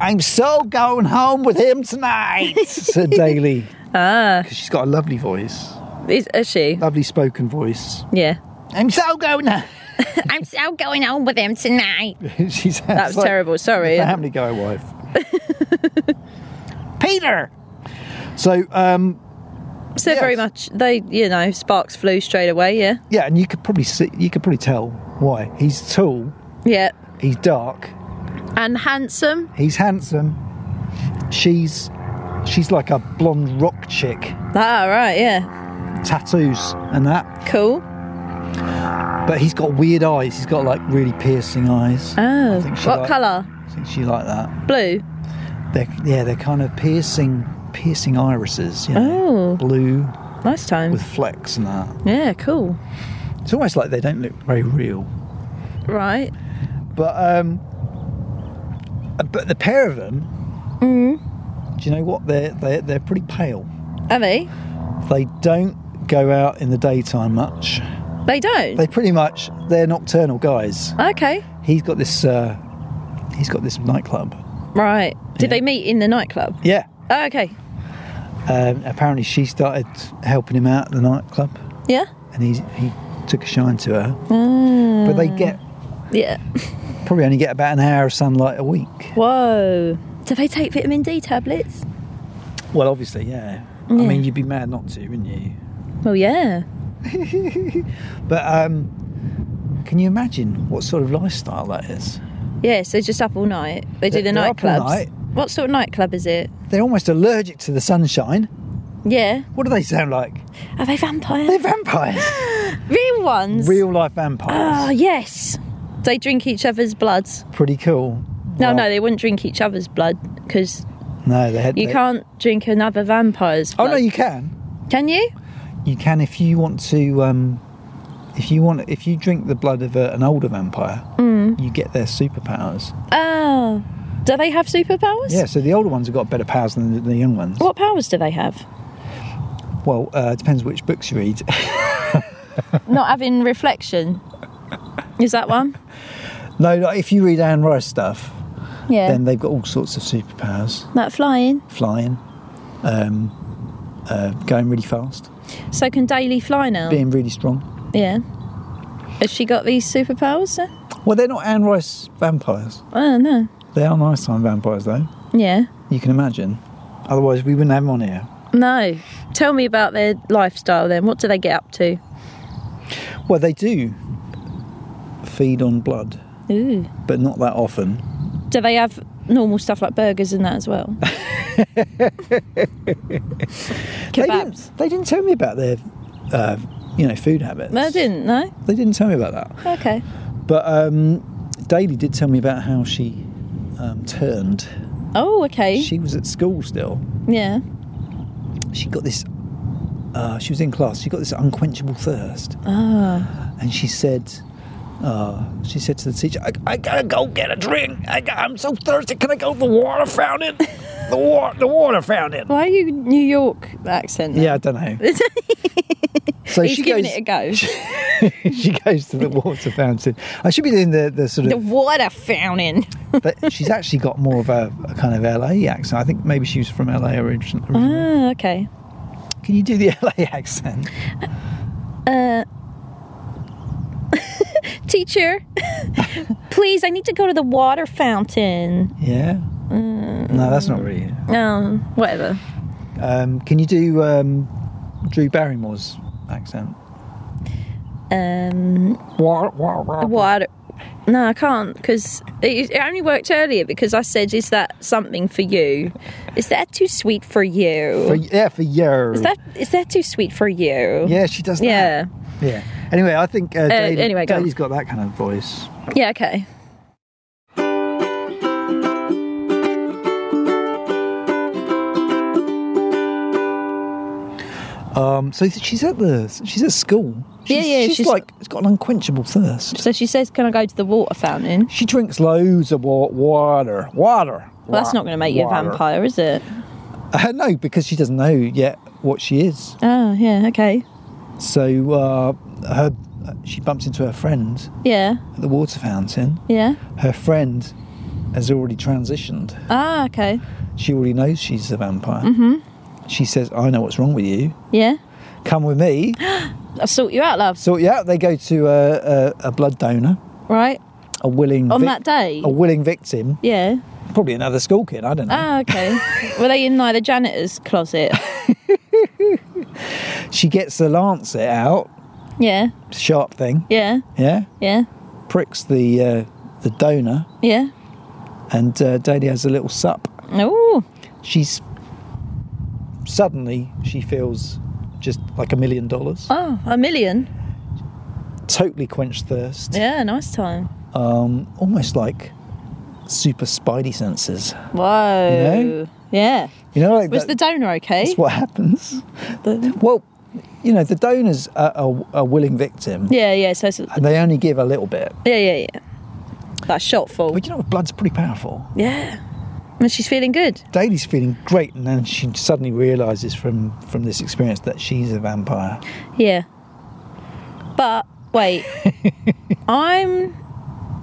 S2: "I'm so going home with
S1: [LAUGHS]
S2: him tonight," said Daly,
S1: Ah,
S2: because she's got a lovely voice,
S1: is, is she?
S2: lovely spoken voice.
S1: Yeah.
S2: I'm so going. home. [LAUGHS]
S1: I'm so going home with him tonight.
S2: she sounds
S1: That was
S2: like
S1: terrible. Sorry.
S2: The Family Guy wife. [LAUGHS] Peter. So um,
S1: So very
S2: Yes.
S1: much they, you know, sparks flew straight away. Yeah.
S2: yeah, and you could probably see, you could probably tell why. He's tall.
S1: Yeah.
S2: He's dark.
S1: And handsome.
S2: He's handsome. She's she's like a blonde rock chick,
S1: Ah, right. Yeah.
S2: tattoos and that.
S1: Cool.
S2: But he's got weird eyes. He's got like really piercing eyes.
S1: Oh.
S2: think she
S1: What
S2: like-
S1: colour?
S2: I think she like that.
S1: Blue.
S2: They're, yeah, they're kind of piercing, piercing irises. You know,
S1: Oh.
S2: blue
S1: Nice time.
S2: with flecks and that.
S1: yeah. Cool.
S2: It's almost like they don't look very real.
S1: Right.
S2: But um, but the pair of them,
S1: Mm.
S2: do you know what? They're they're they're pretty pale.
S1: Are they?
S2: They don't go out in the daytime much.
S1: They don't.
S2: They pretty much they're nocturnal guys.
S1: okay.
S2: He's got this uh, he's got this nightclub.
S1: Right. Did
S2: Yeah.
S1: they meet in the nightclub?
S2: Yeah.
S1: Oh, okay.
S2: Um, apparently she started helping him out at the nightclub,
S1: Yeah.
S2: and he he took a shine to her. But they get
S1: Mm. Yeah. Mm.
S2: probably only get about an hour of sunlight a week.
S1: Whoa. Do they take vitamin D tablets?
S2: Well, obviously, yeah. I
S1: Yeah.
S2: mean, you'd be mad not to, wouldn't you?
S1: Well, yeah.
S2: [LAUGHS] But um, can you imagine what sort of lifestyle that is?
S1: Yeah, so just up all night. They do
S2: They're-
S1: the
S2: they're up all
S1: nightclubs.
S2: night.
S1: What sort of nightclub is it?
S2: They're almost allergic to the sunshine.
S1: Yeah.
S2: What do they sound like?
S1: Are they vampires? [LAUGHS]
S2: They're vampires.
S1: Real ones.
S2: Real life
S1: Oh,
S2: vampires.
S1: yes. They drink each other's blood.
S2: Pretty cool.
S1: No,
S2: Well,
S1: no, they wouldn't drink each other's blood because
S2: No, they had.
S1: you
S2: they-
S1: can't drink another vampire's
S2: Oh
S1: blood.
S2: no, you can.
S1: Can you?
S2: You can if you want to. Um, if you want, if you drink the blood of a, an older vampire,
S1: Mm.
S2: you get their superpowers.
S1: Oh. Do they have superpowers?
S2: Yeah, so the older ones have got better powers than the, the young ones.
S1: What powers do they have?
S2: Well, uh, it depends which books you read. [LAUGHS]
S1: Not having reflection. Is that one?
S2: no, like, if you read Anne Rice stuff,
S1: Yeah.
S2: then they've got all sorts of superpowers.
S1: That flying.
S2: flying, um, uh, going really fast,
S1: So can Daily fly now?
S2: being really strong.
S1: Yeah. Has she got these superpowers? then?
S2: Well, they're not Anne Rice vampires.
S1: Oh no.
S2: They are nice time vampires, though.
S1: Yeah.
S2: You can imagine. Otherwise, we wouldn't have them on here.
S1: No. Tell me about their lifestyle then. What do they get up to?
S2: Well, they do feed on blood,
S1: Ooh.
S2: but not that often.
S1: Do they have normal stuff like burgers and that as well?
S2: [LAUGHS] They
S1: Kebabs.
S2: didn't, they didn't tell me about their, uh, you know, food habits.
S1: No, I didn't. No.
S2: They didn't tell me about that.
S1: Okay.
S2: But um, Daly did tell me about how she um, turned.
S1: Oh, okay.
S2: She was at school still.
S1: yeah.
S2: she got this uh, she was in class she got this unquenchable thirst
S1: Ah.
S2: and she said uh, she said to the teacher I, I gotta go get a drink I got, i'm so thirsty can i go to the
S1: [LAUGHS]
S2: water fountain the, wa- the water fountain
S1: Why are you New York accent? then? [LAUGHS]
S2: yeah i don't know so
S1: He's
S2: [LAUGHS] she
S1: giving
S2: goes
S1: it a go.
S2: she goes to the water fountain i should be doing the, the sort
S1: the
S2: of
S1: water fountain.
S2: but she's actually got more of a, a kind of la accent i think maybe she was from la origin- originally
S1: ah, okay.
S2: can you do the [LAUGHS] la accent
S1: Uh,
S2: [LAUGHS]
S1: teacher, please, I need to go to the water fountain.
S2: yeah
S1: Mm.
S2: no that's not really it.
S1: Um, whatever.
S2: Um, can you do um, Drew Barrymore's accent?
S1: Um,
S2: Wah, wah, wah.
S1: water. No, I can't because it, it only worked earlier because I said, "Is that something for you? Is that too sweet for you?
S2: For, yeah, for you.
S1: is that is that too sweet for you?"
S2: Yeah, she does.
S1: Yeah.
S2: That. Yeah. Anyway, I think uh, Daly,
S1: anyway, go on.
S2: Daly's got that kind of voice.
S1: Yeah. Okay.
S2: Um, so she's at the she's at school.
S1: Yeah,
S2: She's-
S1: yeah,
S2: She's,
S1: she's-
S2: like it's got an unquenchable thirst.
S1: So she says, "Can I go to the water fountain?"
S2: She drinks loads of wa- water. Water.
S1: Well, that's
S2: Wa-
S1: not going to make you a
S2: water.
S1: vampire, is it?
S2: Uh, no, because she doesn't know yet what she is.
S1: Oh, yeah, okay,
S2: So uh, her she bumps into her friend
S1: yeah,
S2: at the water fountain.
S1: yeah.
S2: Her friend has already transitioned.
S1: Ah, okay,
S2: She already knows she's a vampire. Mm-hmm. She says, "I know what's wrong with you.
S1: yeah.
S2: Come with
S1: [GASPS]
S2: me."
S1: I'll sort you out, love.
S2: So yeah, they go to a, a, a blood donor,
S1: Right
S2: a willing
S1: on
S2: vic- Oh.
S1: that day.
S2: a willing victim,
S1: Yeah.
S2: probably another school kid. I don't know.
S1: Ah,
S2: [LAUGHS]
S1: okay. Were they in like the janitor's closet? Ah.
S2: She gets the lancet out,
S1: Yeah,
S2: sharp thing.
S1: yeah,
S2: Yeah,
S1: yeah,
S2: pricks the uh, the donor,
S1: yeah.
S2: and uh, Daly has a little sup.
S1: Oh,
S2: She's suddenly she feels just like a million dollars.
S1: oh, a million.
S2: Totally quenched thirst.
S1: Yeah, nice time.
S2: Um, almost like super spidey senses.
S1: Whoa.
S2: know?
S1: Yeah.
S2: You know, like
S1: Was
S2: that-
S1: the donor okay?
S2: that's what happens. Well, you know, the donors are a, a willing victim,
S1: Yeah, yeah. So, so
S2: and they only give a little bit.
S1: yeah, yeah, yeah. That shot fall.
S2: But you know, blood's pretty powerful.
S1: Yeah. And she's feeling good.
S2: Daly's feeling great, and then she suddenly realizes from from this experience that she's a vampire.
S1: Yeah. But wait,
S2: [LAUGHS]
S1: I'm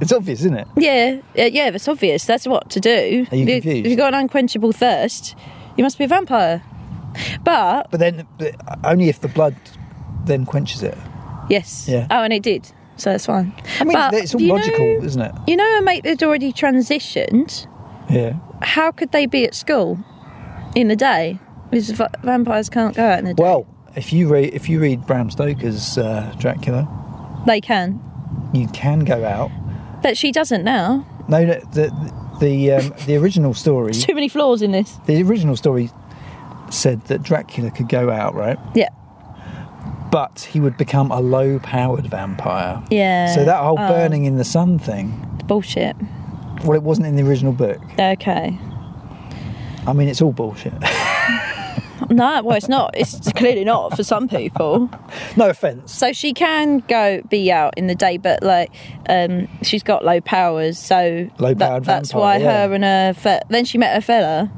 S2: It's obvious, isn't it?
S1: yeah yeah, yeah. That's obvious. That's what to do.
S2: Are you
S1: if
S2: confused?
S1: If you've got an unquenchable thirst, you must be a vampire. But
S2: But then, but only if the blood then quenches it.
S1: yes.
S2: Yeah.
S1: Oh, and it did. So that's fine.
S2: I mean,
S1: But
S2: it's all
S1: you
S2: logical,
S1: know-
S2: isn't it?
S1: You know, a mate that already transitioned.
S2: Yeah.
S1: How could they be at school in the day? Because v- vampires can't go out in the day.
S2: Well, if you read if you read Bram Stoker's uh, Dracula,
S1: they can,
S2: you can go out.
S1: but she doesn't now.
S2: No, no the the um, the original
S1: [LAUGHS]
S2: story.
S1: Too many flaws in this.
S2: The original story said that Dracula could go out, right?
S1: Yeah.
S2: But he would become a low-powered vampire.
S1: Yeah.
S2: So that whole
S1: Oh,
S2: burning in the sun thing.
S1: bullshit.
S2: Well, it wasn't in the original book.
S1: Okay.
S2: I mean, it's all bullshit. [LAUGHS]
S1: No, well, it's not. It's clearly not for some people.
S2: no offence.
S1: So she can go be out in the day, but like, um, she's got low powers, so
S2: Low-powered
S1: that's
S2: vampire,
S1: why
S2: yeah.
S1: her and her. Fe- then she met her fella.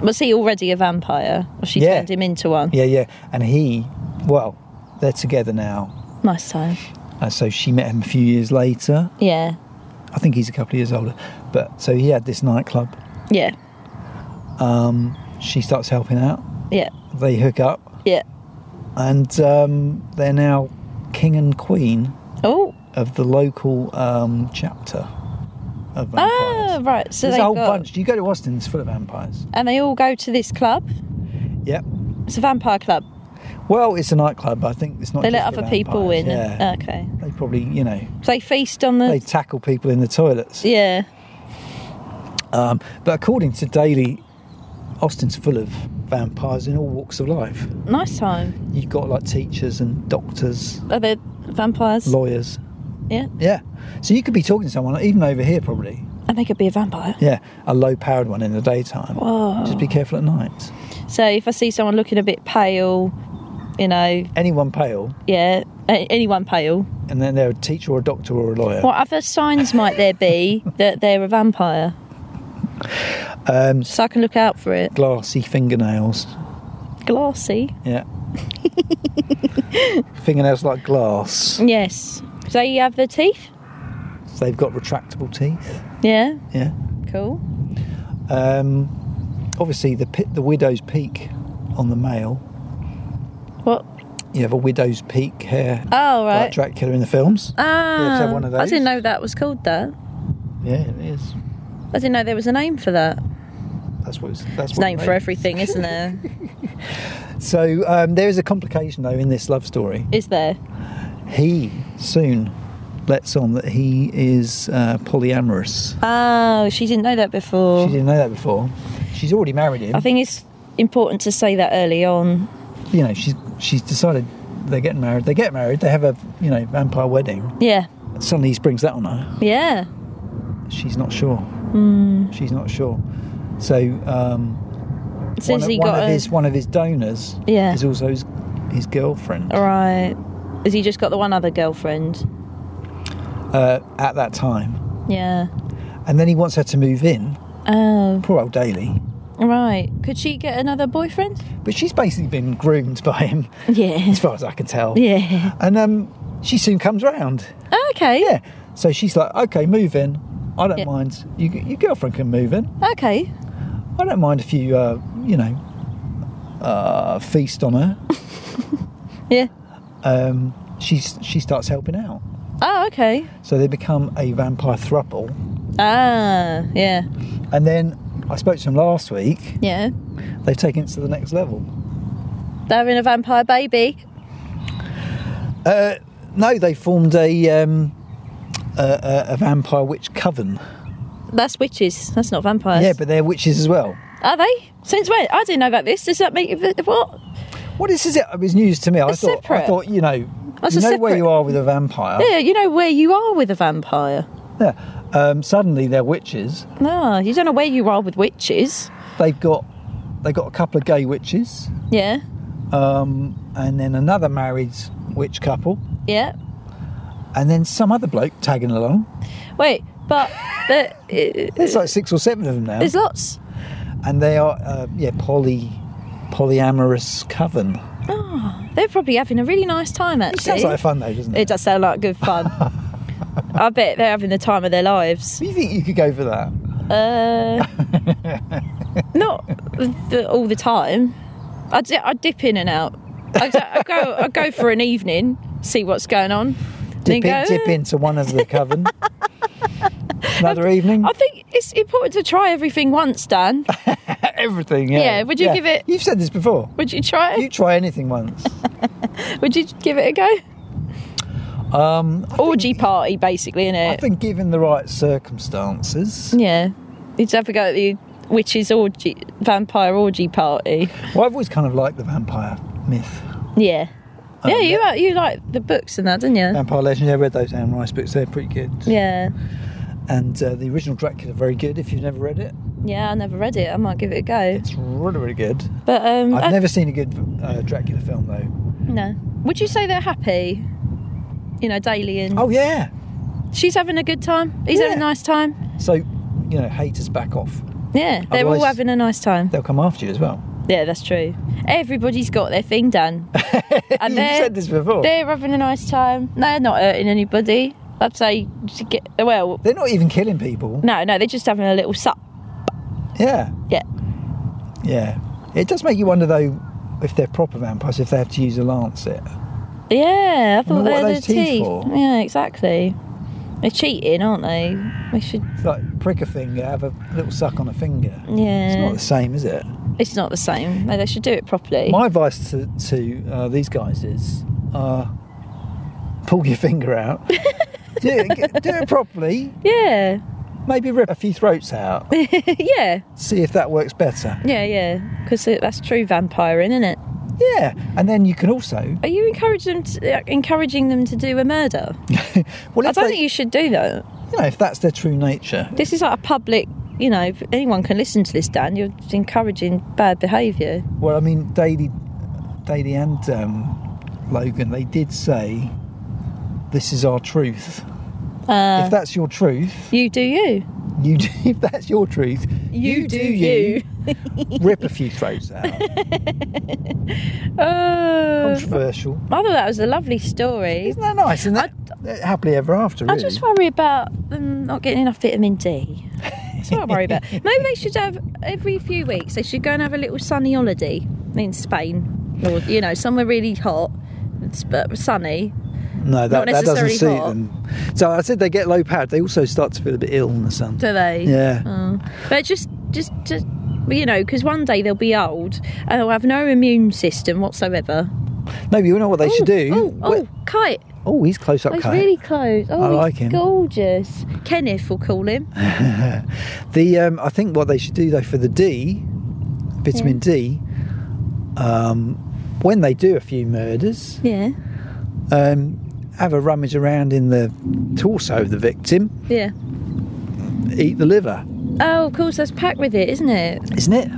S1: Was he already a vampire? Or she
S2: Yeah.
S1: turned him into one.
S2: Yeah, yeah. And he, well, they're together now.
S1: Nice time.
S2: And Uh, so she met him a few years later.
S1: Yeah.
S2: I think he's a couple of years older. But so he had this nightclub.
S1: Yeah.
S2: Um, she starts helping out.
S1: Yeah.
S2: They hook up,
S1: Yeah.
S2: and um, they're now king and queen
S1: Oh.
S2: of the local um, chapter of vampires.
S1: Ah, right. So
S2: There's
S1: they
S2: a whole
S1: got,
S2: bunch. You go to Austin, it's full of vampires.
S1: and they all go to this club.
S2: Yep.
S1: It's a vampire club.
S2: Well, it's a nightclub. I think it's not.
S1: They
S2: just
S1: let
S2: for
S1: other people
S2: vampires,
S1: in.
S2: Yeah.
S1: and- uh, Okay.
S2: They probably, you know,
S1: So they feast on the. [LAUGHS]
S2: they tackle people in the toilets.
S1: yeah.
S2: Um, but according to Daily, Austin's full of vampires in all walks of life.
S1: Nice time.
S2: You've got like teachers and doctors,
S1: Are there vampires?
S2: lawyers.
S1: Yeah.
S2: Yeah. So you could be talking to someone, even over here probably.
S1: And they could be a vampire.
S2: Yeah. A low powered one in the daytime.
S1: Whoa.
S2: Just be careful at night.
S1: So if I see someone looking a bit pale, you know,
S2: Anyone pale,
S1: yeah, a- anyone pale,
S2: and then they're a teacher or a doctor or a lawyer.
S1: what other signs might there be that they're a vampire?
S2: Um,
S1: So I can look out for it.
S2: glassy fingernails.
S1: Glassy. [LAUGHS]
S2: Yeah. fingernails like glass.
S1: Yes. Do they have the teeth?
S2: They've got retractable teeth.
S1: Yeah.
S2: Yeah.
S1: Cool.
S2: Um, obviously, the pi the widow's peak on the male.
S1: What?
S2: You have a widow's peak hair,
S1: Oh
S2: like
S1: right.
S2: Dracula in the films.
S1: Ah.
S2: have one of
S1: I
S2: those.
S1: didn't know that was called that.
S2: Yeah, it is.
S1: I didn't know there was a name for that.
S2: That's what it's. That's
S1: It's
S2: what
S1: name
S2: it
S1: for
S2: made.
S1: everything, isn't
S2: [LAUGHS]
S1: there?
S2: So um, there is a complication though in this love story.
S1: Is there?
S2: He soon lets on that he is uh, polyamorous.
S1: Oh, she didn't know that before.
S2: She didn't know that before. She's already married him.
S1: Oh. I think it's important to say that early on.
S2: you know she's she's decided they're getting married. They get married. They have a you know vampire wedding.
S1: Yeah.
S2: Suddenly he springs that on her.
S1: Yeah.
S2: She's not sure.
S1: Hmm.
S2: She's not sure. So um,
S1: As soon
S2: one,
S1: as
S2: of,
S1: he
S2: one
S1: got
S2: of
S1: a-
S2: his one of his donors
S1: Yeah.
S2: is also his, his girlfriend.
S1: Right. Has he just got the one other girlfriend?
S2: uh, at that time.
S1: Yeah.
S2: And then he wants her to move in.
S1: Oh,
S2: Poor old Daly.
S1: right. Could she get another boyfriend?
S2: But she's basically been groomed by him,
S1: [LAUGHS]
S2: [LAUGHS]
S1: Yeah.
S2: as far as I can tell.
S1: Yeah.
S2: And um, she soon comes round.
S1: Oh, Okay.
S2: Yeah. So she's like, okay, move in. I don't
S1: Yeah.
S2: mind. You, your girlfriend can move in.
S1: Okay.
S2: I don't mind if you, uh, you know, uh, feast
S1: [LAUGHS]
S2: on her.
S1: Yeah.
S2: Um, she's, she starts helping out.
S1: Oh, okay.
S2: So they become a vampire throuple.
S1: Ah, yeah.
S2: And then I spoke to them last week.
S1: Yeah.
S2: They've taken it to the next level.
S1: They're having a vampire baby.
S2: Uh, no, they formed a, um, a, a, a vampire witch coven.
S1: That's witches. That's not vampires.
S2: Yeah, but they're witches as well.
S1: Are they? Since when? I didn't know about this. Does that make what?
S2: What is this? It was news to me. I
S1: They're
S2: thought, I
S1: separate.
S2: thought, you know,
S1: That's
S2: you
S1: a
S2: know where
S1: separate-
S2: you are with a vampire.
S1: Yeah, you know where you are with a vampire.
S2: Yeah. Um, suddenly they're witches.
S1: No, you don't know where you are with witches.
S2: They've got they got a couple of gay witches,
S1: Yeah.
S2: um, and then another married witch couple,
S1: Yeah.
S2: and then some other bloke tagging along.
S1: Wait, but
S2: [LAUGHS]
S1: the,
S2: There's like six or seven of them now,
S1: there's lots.
S2: and they are uh, yeah poly polyamorous coven.
S1: Oh, they're probably having a really nice time actually.
S2: It sounds like fun though, doesn't it?
S1: It does sound like good
S2: [LAUGHS]
S1: fun. I bet they're having the time of their lives.
S2: Do you think you could go for that?
S1: Uh, not the, all the time. I, di- I dip in and out. I, d- I go I go for an evening, see what's going on. then
S2: Dip,
S1: go,
S2: in, dip into one of the coven.
S1: [LAUGHS]
S2: Another evening.
S1: I think it's important to try everything once, Dan.
S2: [LAUGHS] Everything. Yeah.
S1: Yeah, would you give it-
S2: You've said this before.
S1: Would you try
S2: You
S1: it?
S2: try anything once.
S1: [LAUGHS] Would you give it a go?
S2: Um,
S1: Orgy party, basically,
S2: I
S1: innit?
S2: think given the right circumstances.
S1: Yeah. You'd have a go at the witches' orgy, vampire orgy party.
S2: Well, I've always kind of liked the vampire myth.
S1: Uh. Yeah.
S2: Um,
S1: yeah, you are- you like the books and that, didn't you?
S2: Vampire legend. Yeah, I read those Anne Rice books. They're pretty good.
S1: Yeah.
S2: And uh, the original Dracula, very good. If you've never read it,
S1: Yeah, I never read it. I might give it a go.
S2: it's really, really good.
S1: But um,
S2: I've
S1: I-
S2: never seen a good uh, Dracula film though.
S1: no. Would you say they're happy? You know, daily and
S2: Oh yeah.
S1: she's having a good time. He's having a
S2: Yeah.
S1: nice time.
S2: So, you know, haters back off.
S1: Yeah, they're all
S2: Otherwise-
S1: having a nice time.
S2: They'll come after you as well. [LAUGHS]
S1: Yeah, that's true. Everybody's got their thing done.
S2: You've
S1: they're-
S2: said this before.
S1: they're having a nice time. They're not hurting anybody. I'd say to get well.
S2: They're not even killing people.
S1: No, no, they're just having a little sup.
S2: Yeah.
S1: Yeah.
S2: Yeah. It does make you wonder though if they're proper vampires, if they have to use a lancet.
S1: Yeah, I thought
S2: what
S1: they
S2: are
S1: had
S2: those
S1: their
S2: teeth
S1: teeth.
S2: for?
S1: Yeah, exactly. They're cheating, aren't they? They should.
S2: It's like prick a finger, have a little suck on a finger.
S1: Yeah,
S2: It's not the same, is it?
S1: the same. No, they should do it properly.
S2: My advice to, to uh, these guys is uh, pull your finger
S1: [LAUGHS]
S2: out. do, it, do it properly.
S1: yeah, [LAUGHS]
S2: Maybe rip a few throats out.
S1: yeah.
S2: See if that works better.
S1: Yeah, yeah, because that's true vampiring, isn't it?
S2: Yeah. And then you can also. [LAUGHS]
S1: Are you encouraging them to, uh, encouraging them to do a murder?
S2: well,
S1: I don't
S2: if, they,
S1: think you should do that.
S2: you know, if that's their true nature,
S1: This is like a public, you know, anyone can listen to this, Dan. You're encouraging bad behaviour.
S2: Well, I mean, Daly, Daly and um, Logan, they did say, "This is our truth."
S1: Uh,
S2: if that's your truth,
S1: you do you.
S2: you do, [LAUGHS] if that's your truth,
S1: [LAUGHS]
S2: you. Rip a few throats out.
S1: Oh,
S2: Controversial,
S1: I thought that was a lovely story.
S2: isn't that nice? And that happily ever after.
S1: I
S2: Really.
S1: just worry about them not getting enough vitamin D. That's what I worry
S2: [LAUGHS]
S1: about. Maybe they should have every few weeks. They should go and have a little sunny holiday in Spain, or you know, somewhere really hot, s- but sunny.
S2: no,
S1: not
S2: that, that doesn't
S1: necessarily
S2: suit
S1: hot.
S2: them. So I said they get low powered. They also start to feel a bit ill in the sun.
S1: Do they?
S2: Yeah.
S1: Oh. But just, just, just you know, because one day they'll be old and they'll have no immune system whatsoever.
S2: No, you know what they should do.
S1: Oh, oh,
S2: Well-
S1: kite!
S2: oh, he's close up.
S1: Oh, He's
S2: Kate.
S1: really close. Oh,
S2: I
S1: he's
S2: like him.
S1: gorgeous. Kenneth, we'll call
S2: [LAUGHS]
S1: him.
S2: The um, I think what they should do though for the D, vitamin D, um, when they do a few murders,
S1: Yeah,
S2: um, have a rummage around in the torso of the victim,
S1: yeah.
S2: eat the liver,
S1: Oh, of course, that's packed with it, isn't it?
S2: isn't it?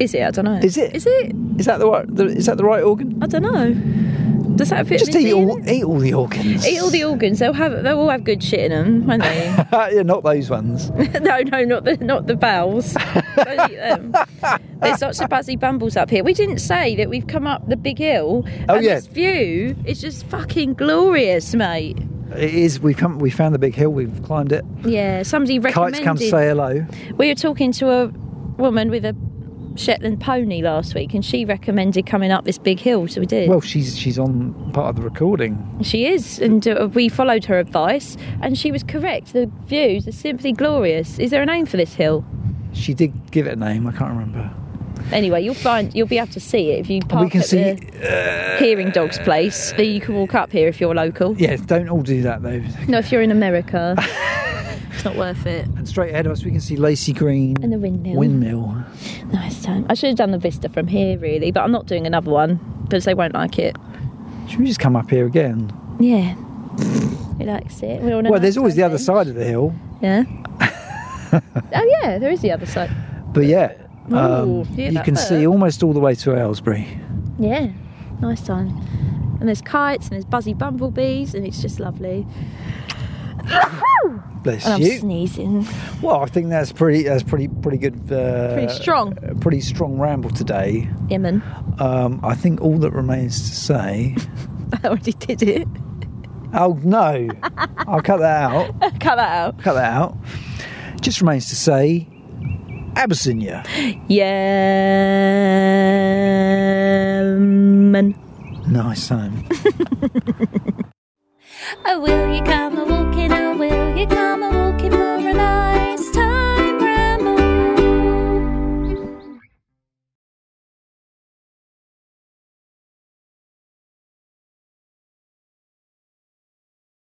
S1: Is it? I don't know.
S2: Is it?
S1: Is it?
S2: Is that the right? The, is that the right organ?
S1: I don't know. Does that fit?
S2: Just
S1: me
S2: eat
S1: seeing
S2: all, eat all the organs.
S1: it? Eat all
S2: [LAUGHS]
S1: the organs. They'll have. They'll all have good shit in them, won't they? [LAUGHS]
S2: yeah, not those ones.
S1: no, no, not the not the bowels. [LAUGHS] Don't eat them. There's lots of buzzy bumbles up here. We didn't say that we've come up the big hill.
S2: Oh,
S1: and
S2: yeah.
S1: This view is just fucking glorious, mate.
S2: [LAUGHS] It is. We've come. We found the big hill. We've climbed it.
S1: Yeah, somebody recommended.
S2: Kites come say hello.
S1: We were talking to a woman with a Shetland pony last week, and she recommended coming up this big hill, so we did.
S2: Well, she's she's on part of the recording.
S1: she is, and uh, we followed her advice, and she was correct. The views are simply glorious. Is there a name for this hill?
S2: She did give it a name. I can't remember.
S1: Anyway, you'll find you'll be able to see it if you park
S2: we can
S1: at
S2: see. uh,
S1: the hearing dogs place. Then you can walk up here if you're local.
S2: Yes, don't all do that though. [LAUGHS]
S1: No, if you're in America, it's not worth it.
S2: And straight ahead of us, we can see Lacey Green
S1: And the windmill.
S2: windmill.
S1: Nice time. I should have done the vista from here, really, but I'm not doing another one because they won't like it.
S2: Should we just come up here again?
S1: Yeah. He likes it. We're on a
S2: well,
S1: nice
S2: there's always the
S1: time
S2: other
S1: then.
S2: side of the hill. [LAUGHS]
S1: Yeah. oh yeah, there is the other side.
S2: But yeah,
S1: Ooh,
S2: um,
S1: hear
S2: you
S1: that
S2: can see
S1: bird.
S2: almost all the way to Aylesbury.
S1: Yeah. Nice time. And there's kites and there's buzzy bumblebees and it's just lovely.
S2: Bless
S1: And I'm
S2: you.
S1: sneezing. [LAUGHS]
S2: Well, I think that's pretty. That's pretty. Pretty good. Uh,
S1: Pretty strong.
S2: a Pretty strong ramble today.
S1: Yemen. [LAUGHS]
S2: Um, I think all that remains to say.
S1: I already did it. [LAUGHS]
S2: Oh no! I'll cut that out.
S1: Cut that out.
S2: Cut that out. Just remains to say, Abyssinia.
S1: Yemen.
S2: Nice time.
S3: Oh, will you come a walking? Oh, will you come a